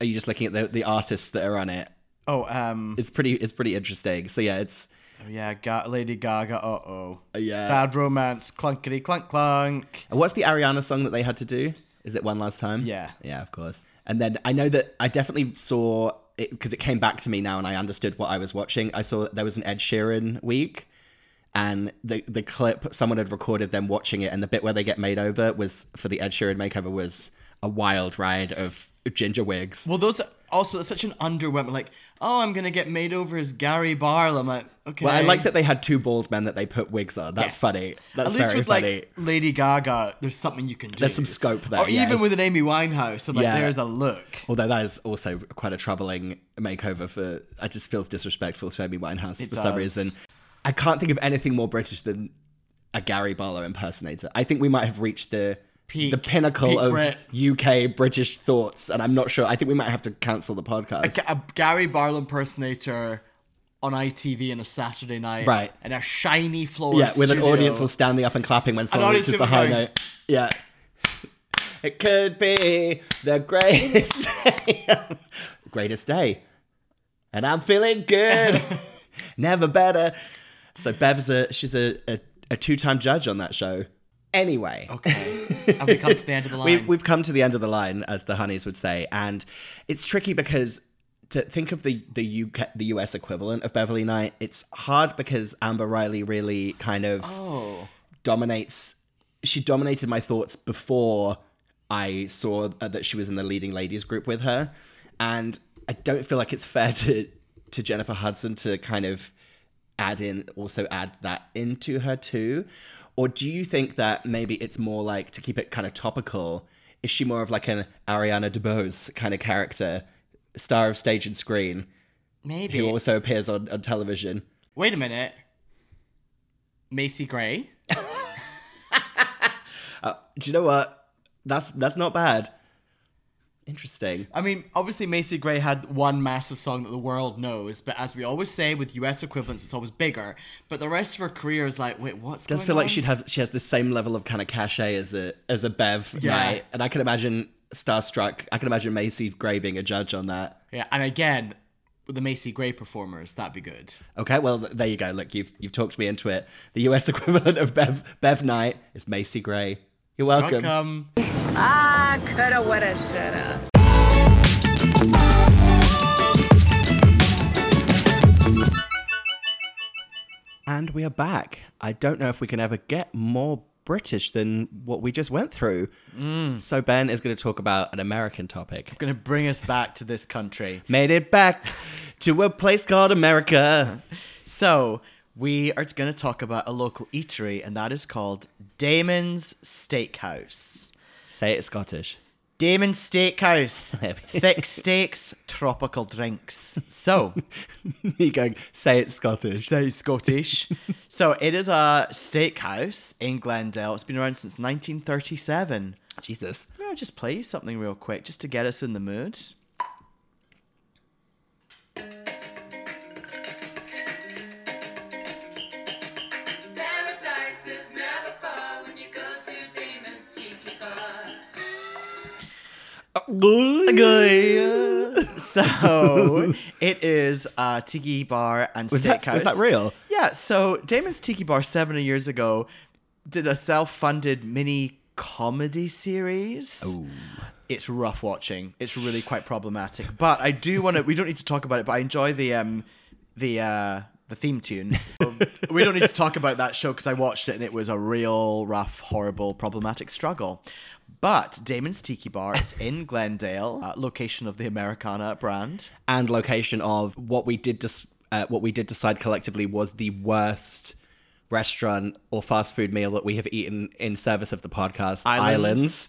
are you just looking at the, the artists that are on it?
Oh, um,
It's pretty. It's pretty interesting. So yeah, it's uh,
yeah, Ga- Lady Gaga, uh-oh.
yeah.
Bad Romance, clunkety clunk clunk.
And what's the Ariana song that they had to do? Is it One Last Time?
Yeah.
Yeah, of course. And then I know that I definitely saw because it, came back to me now and I understood what I was watching. I saw there was an Ed Sheeran week, and the the clip someone had recorded them watching it, and the bit where they get made over was for the Ed Sheeran makeover was a wild ride of ginger wigs.
Well, those also that's such an underwhelming. Like, oh, I'm gonna get made over as Gary Barlow. I'm like, okay.
Well, I like that they had two bald men that they put wigs on. That's
Yes.
funny. That's
At least
very
with
funny.
like Lady Gaga, there's something you can do.
There's some scope there,
Or
yes.
even with an Amy Winehouse, I'm like,
Yeah.
there's a look.
Although that is also quite a troubling makeover for. I just feels disrespectful to Amy Winehouse for some
does.
reason. I can't think of anything more British than a Gary Barlow impersonator. I think we might have reached the
Peak-
the pinnacle
peak
of
Brit.
UK British thoughts, and I'm not sure. I think we might have to cancel the podcast.
A, Ga- a Gary Barlow impersonator on ITV on a Saturday night,
Right.
In a shiny floor.
yeah, with an audience all
studio.
standing up and clapping when someone
audience
reaches the high
going-
note. Yeah. It could be the greatest day. greatest day. And I'm feeling good. Never better. So Bev's a she's a, a, a two time judge on that show. Anyway.
Okay, have we come to the end of the line?
We, we've come to the end of the line, as the honeys would say, and it's tricky because to think of the the UK the US equivalent of Beverly Knight, it's hard because Amber Riley really kind of
Oh.
dominates. She dominated my thoughts before I saw uh, that she was in the leading ladies group with her, and I don't feel like it's fair to to Jennifer Hudson to kind of add in also add that into her too or do you think that maybe it's more like to keep it kind of topical is she more of like an ariana debose kind of character star of stage and screen
Maybe.
who also appears on, on television
Wait a minute, Macy Gray.
do you know what that's that's not bad interesting
I mean, obviously, Macy Gray had one massive song that the world knows, but as we always say with US equivalents, it's always bigger. But the rest of her career is like, wait, what's
does
going
feel like
on?
she'd have she has the same level of kind of cachet as a as a bev
Yeah.
Knight. and i can imagine starstruck i can imagine macy gray being a judge on that
Yeah, and again, with the Macy Gray performers, that'd be good.
Okay, well th- there you go. Look, you've you've talked me into it. The US equivalent of Bev Bev Knight is Macy Gray. You're welcome.
Welcome.
I coulda, woulda, shoulda.
And we are back. I don't know if we can ever get more British than what we just went through. So Ben is going to talk about an American topic.
Gonna bring us back to this country.
Made it back to a place called America.
So, we are gonna talk about a local eatery, and that is called Damon's Steakhouse.
Say it Scottish.
Damon's Steakhouse.
There we-
Thick steaks, tropical drinks. So,
you go. Say it Scottish.
Very Scottish. so it is a steakhouse in Glendale. It's been around since 1937.
Jesus.
I'm gonna just play you something real quick, just to get us in the mood.
Paradise is never far when you go to Damon's Tiki Bar.
So it is a tiki bar and
Was that,
steakhouse.
was that real?
Yeah. So Damon's Tiki Bar seven years ago did a self-funded mini comedy series. It's rough watching. It's really quite problematic. But I do want to. We don't need to talk about it. But I enjoy the um the uh the theme tune. Um, we don't need to talk about that show because I watched it and it was a real rough, horrible, problematic struggle. But Damon's Tiki Bar is in Glendale, uh, location of the Americana brand.
and location of what we did dis- uh, what we did decide collectively was the worst restaurant or fast food meal that we have eaten in service of the podcast
Islands.
Islands.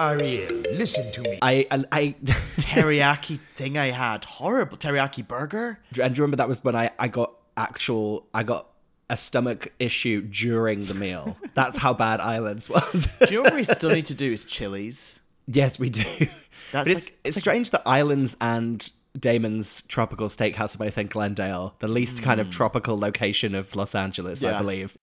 Ariel, listen to me.
I I, I
teriyaki thing I had. Horrible teriyaki burger.
and do you remember that was when I I got actual I got a stomach issue during the meal. That's how bad Islands was.
Do you know what we still need to do is chilies?
yes, we do.
That's
but it's,
like-
it's strange that Islands and Damon's Tropical Steakhouse are both in Glendale, the least kind of tropical location of Los Angeles,
Hmm. Yeah.
I believe.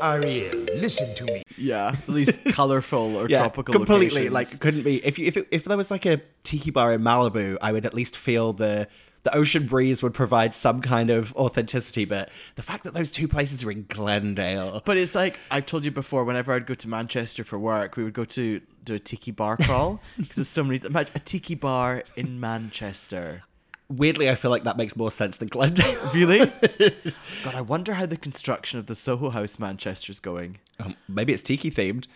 Ariel, listen to me.
Yeah, at least colorful or tropical.
completely
locations.
like couldn't be if you if, it, if there was like a tiki bar in malibu i would at least feel the the ocean breeze would provide some kind of authenticity, but the fact that those two places are in Glendale.
But it's like I told you before. Whenever I'd go to Manchester for work, we would go to do a tiki bar crawl because there's so many. Imagine a tiki bar in Manchester.
weirdly, I feel like that makes more sense than Glendale.
Really? God, I wonder how the construction of the Soho House Manchester's going.
Um, maybe it's tiki themed.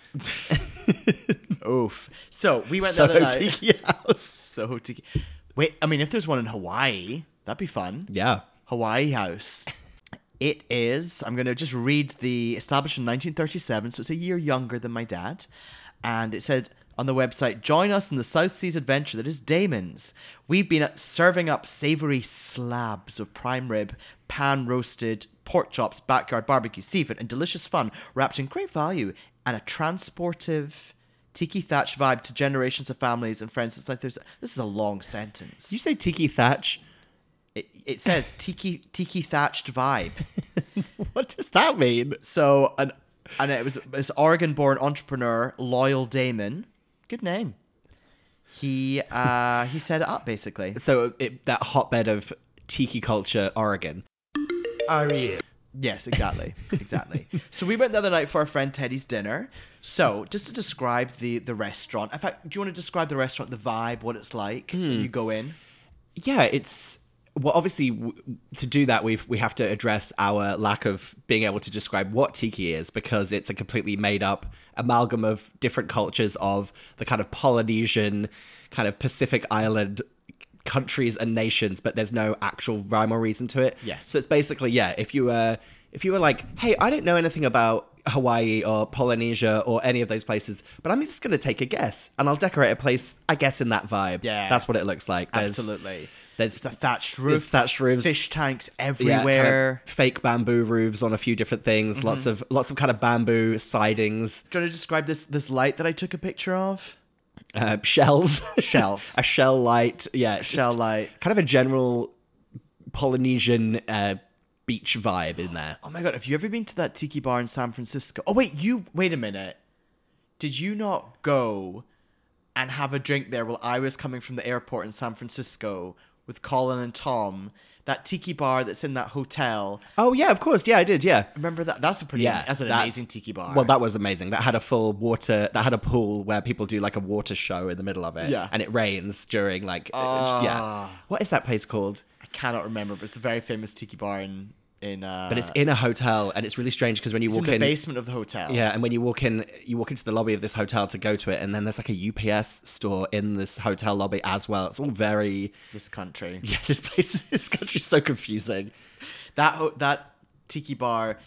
Oof. So we went the
Soho
other night.
Tiki House.
Soho tiki. Wait, I mean, if there's one in Hawaii, that'd be fun.
Yeah.
Hawaii House. It is, I'm going to just read the established in 1937, so it's a year younger than my dad. And it said on the website, join us in the South Seas adventure that is Damon's. We've been serving up savory slabs of prime rib, pan roasted, pork chops, backyard barbecue, seafood, and delicious fun wrapped in great value and a transportive tiki thatch vibe to generations of families and friends. It's like there's, this is a long sentence.
Did you say tiki thatch?
It, it says tiki tiki thatched vibe.
What does that mean?
So an and it was this Oregon-born entrepreneur, Loyal Damon. Good name. He uh he set it up basically.
So it, that hotbed of tiki culture, Oregon.
Ariel,
Yes, exactly, exactly. so we went the other night for our friend Teddy's dinner. So just to describe the the restaurant. In fact, do you want to describe the restaurant, the vibe, what it's like?
Hmm.
when You go in.
yeah, it's well, obviously, w- to do that, we we have to address our lack of being able to describe what tiki is because it's a completely made up amalgam of different cultures of the kind of Polynesian, kind of Pacific island countries and nations, but there's no actual rhyme or reason to it.
Yes.
So it's basically yeah, if you were if you were like, hey, I don't know anything about Hawaii or Polynesia or any of those places, but I'm just gonna take a guess and I'll decorate a place, I guess, in that vibe.
Yeah.
That's what it looks like. There's-
Absolutely.
there's
The thatched
there's
roof,
thatched roofs,
fish tanks
yeah, kind of
everywhere.
fake bamboo roofs on a few different things. Lots of lots of kind of bamboo sidings,
Do you want to describe this this light that I took a picture of?
uh, shells,
Shells.
a shell light. Yeah, it's
Shell
just
light.
Kind of a general Polynesian uh, beach vibe in there.
Oh my god, have you ever been to that tiki bar in San Francisco? Oh wait, you wait a minute. Did you not go and have a drink there while I was coming from the airport in San Francisco with Colin and Tom? That tiki bar that's in that hotel.
Oh yeah, of course. Yeah, I did. Yeah.
Remember that? That's a pretty
Yeah,
that's an
that's-
amazing tiki bar.
Well, that was amazing. That had a full water. That had a pool where people do like a water show in the middle of it.
Yeah.
and it rains during like. uh,
Ah.
yeah. What is that place called?
I cannot remember, but it's a very famous tiki bar in in uh
But it's in a hotel, and it's really strange because when you
it's in
walk
the
in,
basement of the hotel.
Yeah, and when you walk in, you walk into the lobby of this hotel to go to it, and then there's like a UPS store in this hotel lobby as well. It's all very
This country.
yeah. This place, this country's so confusing.
that ho- that tiki bar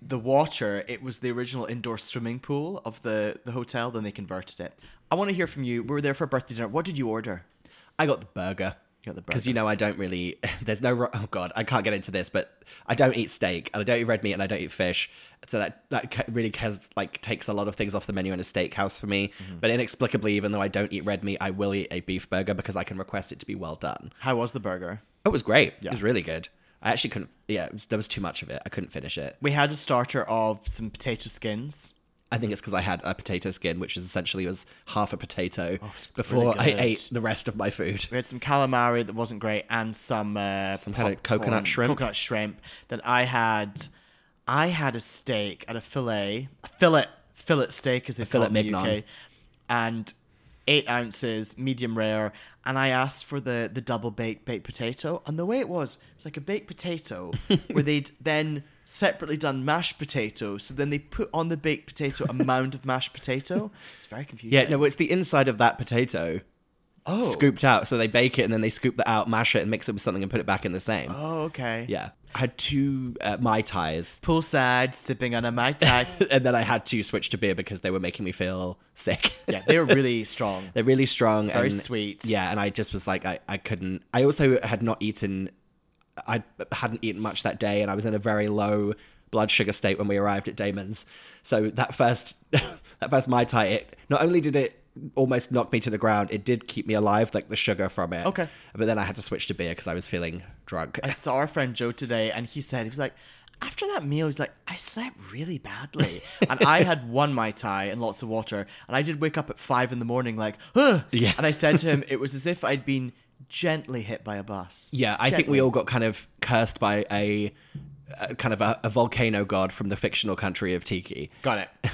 the water it was the original indoor swimming pool of the the hotel then they converted it i want to hear from you we were there for a birthday dinner what did you order
I got the burger
you got the
because you know I don't really. There's no. ro- Oh god, I can't get into this, but I don't eat steak, and I don't eat red meat, and I don't eat fish. So that that ca- really has, like takes a lot of things off the menu in a steakhouse for me. But inexplicably, even though I don't eat red meat, I will eat a beef burger because I can request it to be well done.
how was the burger
It was great. It was really good. I actually couldn't. Yeah, there was too much of it. I couldn't finish it.
we had a starter of some potato skins
I think it's because I had a potato skin, which is essentially was half a potato
Oh, it's
before
pretty
I
good.
ate the rest of my food.
we had some calamari that wasn't great and some uh
Some kind of coconut
popcorn-
shrimp.
coconut shrimp then i had i had a steak and a fillet a fillet fillet steak as they call
fillet
it in the
mignon.
uk and eight ounces medium rare and i asked for the the double baked baked potato and the way it was it was like a baked potato where they'd then separately done mashed potato so then they put on the baked potato a mound of mashed potato it's very confusing
Yeah, no, it's the inside of that potato
oh
scooped out. So they bake it and then they scoop that out, mash it, and mix it with something and put it back in the same.
oh okay
Yeah. I had two uh, Mai Tais.
poolside sipping on a mai tai.
And then I had to switch to beer because they were making me feel sick.
yeah, they were really strong.
They're really strong.
Very
and,
sweet.
Yeah, and I just was like, I, I couldn't. I also had not eaten. I hadn't eaten much that day, and I was in a very low blood sugar state when we arrived at Damon's. So that first, that first mai tai, it not only did it almost knock me to the ground, it did keep me alive, like the sugar from it.
Okay.
But then I had to switch to beer because I was feeling drunk.
I saw our friend Joe today, and he said he was like, after that meal, he's like, I slept really badly, and I had one mai tai and lots of water, and I did wake up at five in the morning, like, huh.
Yeah.
And I said to him, it was as if I'd been gently hit by a bus.
Yeah, I think we
Gently.
all got kind of cursed by a, a kind of a, a volcano god from the fictional country of Tiki.
Got it.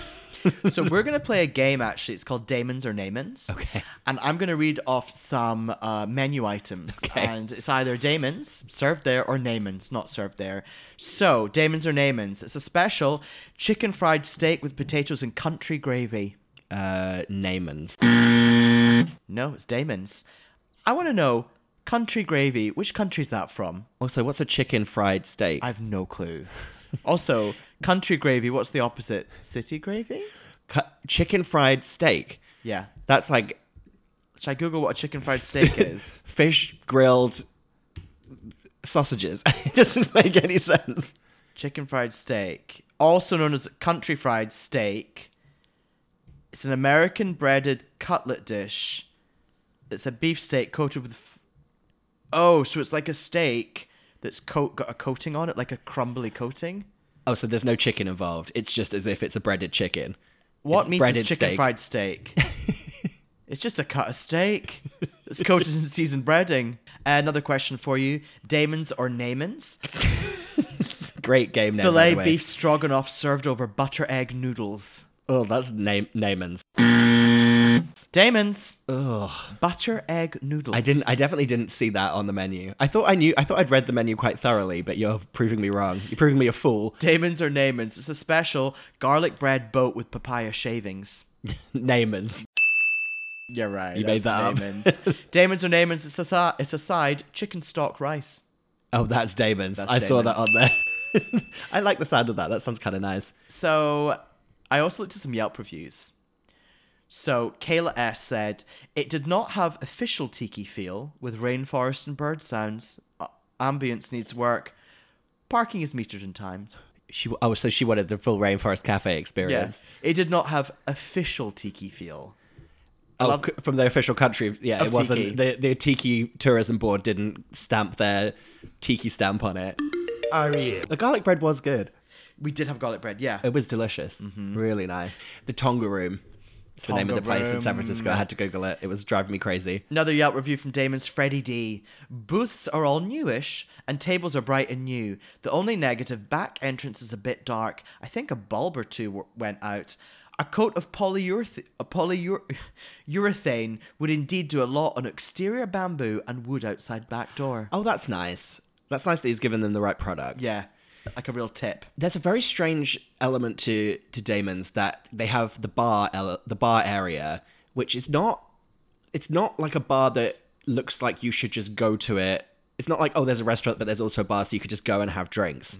so we're gonna play a game. Actually, it's called Daemons or Namens.
Okay.
And I'm gonna read off some uh, menu items,
Okay.
and it's either Daemons served there or Namens not served there. So Daemons or Namens. It's a special chicken fried steak with potatoes and country gravy.
Uh, Naaman's.
No, it's Daemons. I want to know country gravy. Which country's that from?
Also, what's a chicken fried steak?
I have no clue. also, country gravy. What's the opposite? City gravy.
Cu- chicken fried steak.
Yeah.
That's like
Should I Google what a chicken fried steak is?
fish grilled sausages. it doesn't make any sense.
Chicken fried steak, also known as country fried steak. It's an American breaded cutlet dish. It's a beef steak coated with. F- oh, so it's like a steak that's coat got a coating on it, like a crumbly coating.
Oh, so there's no chicken involved. It's just as if it's a breaded chicken.
What
It's
meat is
breaded
chicken
steak.
fried steak? it's just a cut of steak. It's coated in seasoned breading. Uh, Another question for you: Damon's or Naaman's?
Great game name. by
Filet
the way.
beef stroganoff served over butter egg noodles.
Oh, that's Na- Naaman's.
Damon's. Ugh. Butter egg noodles.
I didn't. I definitely didn't see that on the menu. I thought I knew. I thought I'd read the menu quite thoroughly, but you're proving me wrong. You're proving me a fool.
Damon's or Naaman's. It's a special garlic bread boat with papaya shavings.
Naaman's.
You're right.
You made
that's
that up.
Damon's. Damon's or Naaman's. It's a si- it's a side chicken stock rice.
Oh, that's Damon's.
That's
I saw that on
Damon's.
there. I like the sound of that. That sounds kind of nice.
So I also looked at some Yelp reviews. So Kayla S said it did not have official tiki feel with rainforest and bird sounds. Uh, ambience needs work. Parking is metered and timed.
She. Oh, so she wanted the full Rainforest Cafe experience.
Yes. It did not have official tiki feel.
Oh,
love-
c- from the official country. Yeah,
Of
it wasn't.
Tiki.
The, the Tiki Tourism Board didn't stamp their Tiki stamp on it.
Ariel.
The garlic bread was good. Mm-hmm.
We did have garlic bread, yeah.
It was delicious. Really nice. The Tonga Room. It's the name of the
Tonga
place in San
Room.
Francisco. I had to Google it. It was driving me crazy.
Another Yelp review from Damon's Freddie D. Booths are all newish and tables are bright and new. The only negative back entrance is a bit dark. I think a bulb or two w- went out. A coat of polyureth- a polyurethane would indeed do a lot on exterior bamboo and wood outside back door.
Oh, that's nice. That's nice that he's given them the right product.
Yeah, like a real tip.
There's a very strange element to to Damon's that they have the bar ele- the bar area, which is not it's not like a bar that looks like you should just go to it. It's not like oh, there's a restaurant, but there's also a bar, so you could just go and have drinks.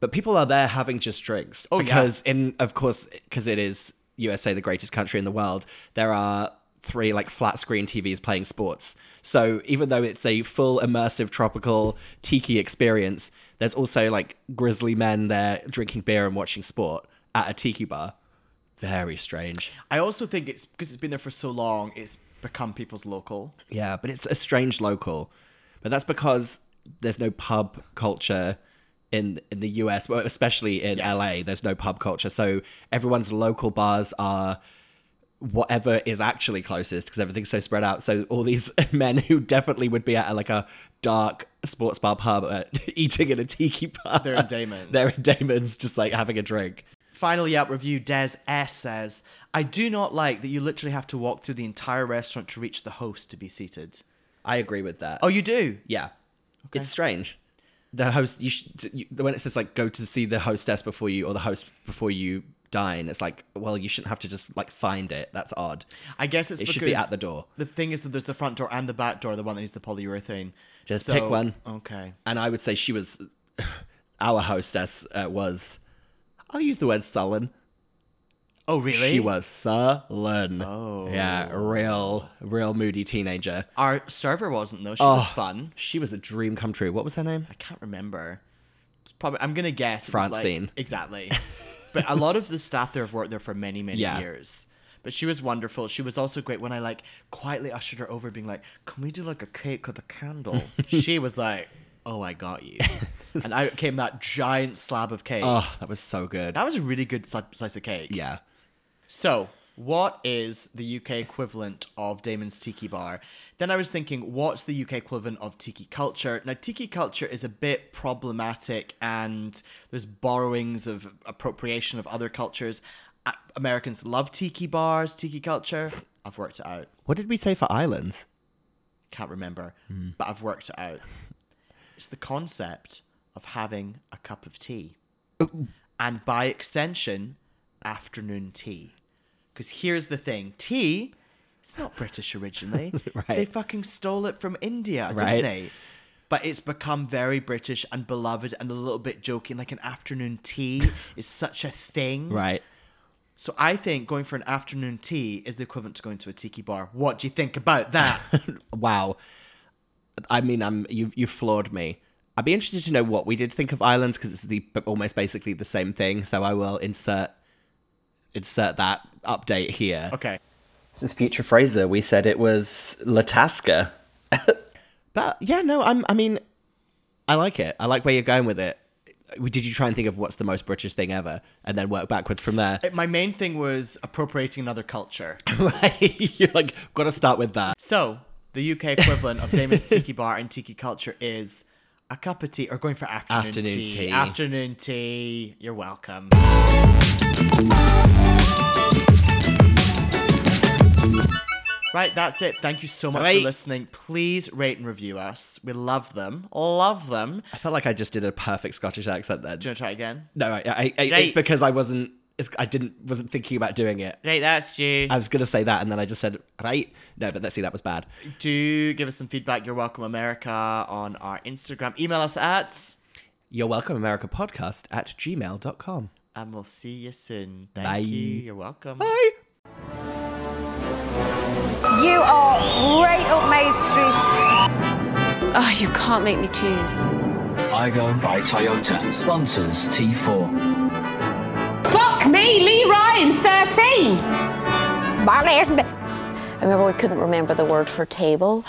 But people are there having just drinks. Oh
yeah.
because in of course because it is USA, the greatest country in the world. There are three like flat screen TVs playing sports. So even though it's a full immersive tropical tiki experience, there's also like grizzly men there drinking beer and watching sport at a tiki bar. Very strange.
I also think it's because it's been there for so long, it's become people's local.
Yeah, but it's a strange local. But that's because there's no pub culture in in the US, well, especially in
Yes.
LA. There's no pub culture, so everyone's local bars are whatever is actually closest because everything's so spread out. So all these men who definitely would be at like a dark sports bar pub uh, eating in a tiki bar.
They're in Damon's.
They're in Damon's, just like having a drink.
Finally, out review Des S says, "I do not like that you literally have to walk through the entire restaurant to reach the host to be seated."
I agree with that.
Oh, you do?
Yeah, it's strange. The host, you, should, you when it says like go to see the hostess before you or the host before you dine, it's like well you shouldn't have to just like find it. That's odd.
I guess it's
It
because
should be at the door.
The thing is that there's the front door and the back door, the one that needs the polyurethane.
Just pick one.
Okay.
And I would say she was our hostess uh, was. I'll use the word sullen.
Oh, really?
She was sullen. Oh, yeah, real, real moody teenager.
Our server wasn't though. She
Oh,
was fun.
She was a dream come true. What was her name?
I can't remember. It's probably. I'm gonna guess. it was,
Francine.
Like, exactly. but a lot of the staff there have worked there for many, many
Yeah.
years. But she was wonderful. She was also great when I like quietly ushered her over, being like, "Can we do like a cake with a candle?" she was like, "Oh, I got you," and out came that giant slab of cake.
Oh, that was so good.
that was a really good sli- slice of cake.
yeah.
So what is the UK equivalent of Damon's Tiki Bar? Then I was thinking, what's the UK equivalent of Tiki Culture? Now, Tiki Culture is a bit problematic and there's borrowings of appropriation of other cultures. Uh, Americans love Tiki bars, Tiki Culture. I've worked it out.
What did we say for islands?
Can't remember,
Mm.
but I've worked it out. It's the concept of having a cup of tea
Oh.
and by extension, afternoon tea. Because here's the thing tea, it's not British originally.
Right.
They fucking stole it from India, didn't
Right.
they? But it's become very British and beloved and a little bit joking. Like an afternoon tea is such a thing.
Right.
So I think going for an afternoon tea is the equivalent to going to a tiki bar. What do you think about that?
Wow. I mean, I'm you you floored me. I'd be interested to know what we did think of islands because it's the b- almost basically the same thing. So I will insert insert that update here.
okay.
This is Future Fraser. We said it was Latasca.
But yeah, no, I'm. I mean, I like it. I like where you're going with it. Did you try and think of what's the most British thing ever, and then work backwards from there?
My main thing was appropriating another culture.
right? You're like, got to start with that.
So, the UK equivalent of Damon's Tiki Bar and Tiki Culture is a cup of tea or going for afternoon,
Afternoon
tea.
tea.
Afternoon tea. You're welcome. Right, that's it. Thank you so much
Right.
for listening. Please rate and review us. We love them. Love them.
I felt like I just did a perfect Scottish accent then.
Do you want to try again?
No, I, I, I it's
Right.
because I wasn't. It's, I didn't wasn't thinking about doing it.
Right, that's you.
I was gonna say that, and then I just said right. No, but let's see, that was bad.
Do give us some feedback. You're welcome, America, on our Instagram. Email us at,
You're welcome, America Podcast at gmail.com.
and we'll see you soon. Thank
Bye.
you. You're welcome.
Bye.
You are right up my street.
Oh, you can't make me choose.
Igo by Toyota sponsors T4.
Fuck me, Lee Ryan's 13.
I remember we couldn't remember the word for table.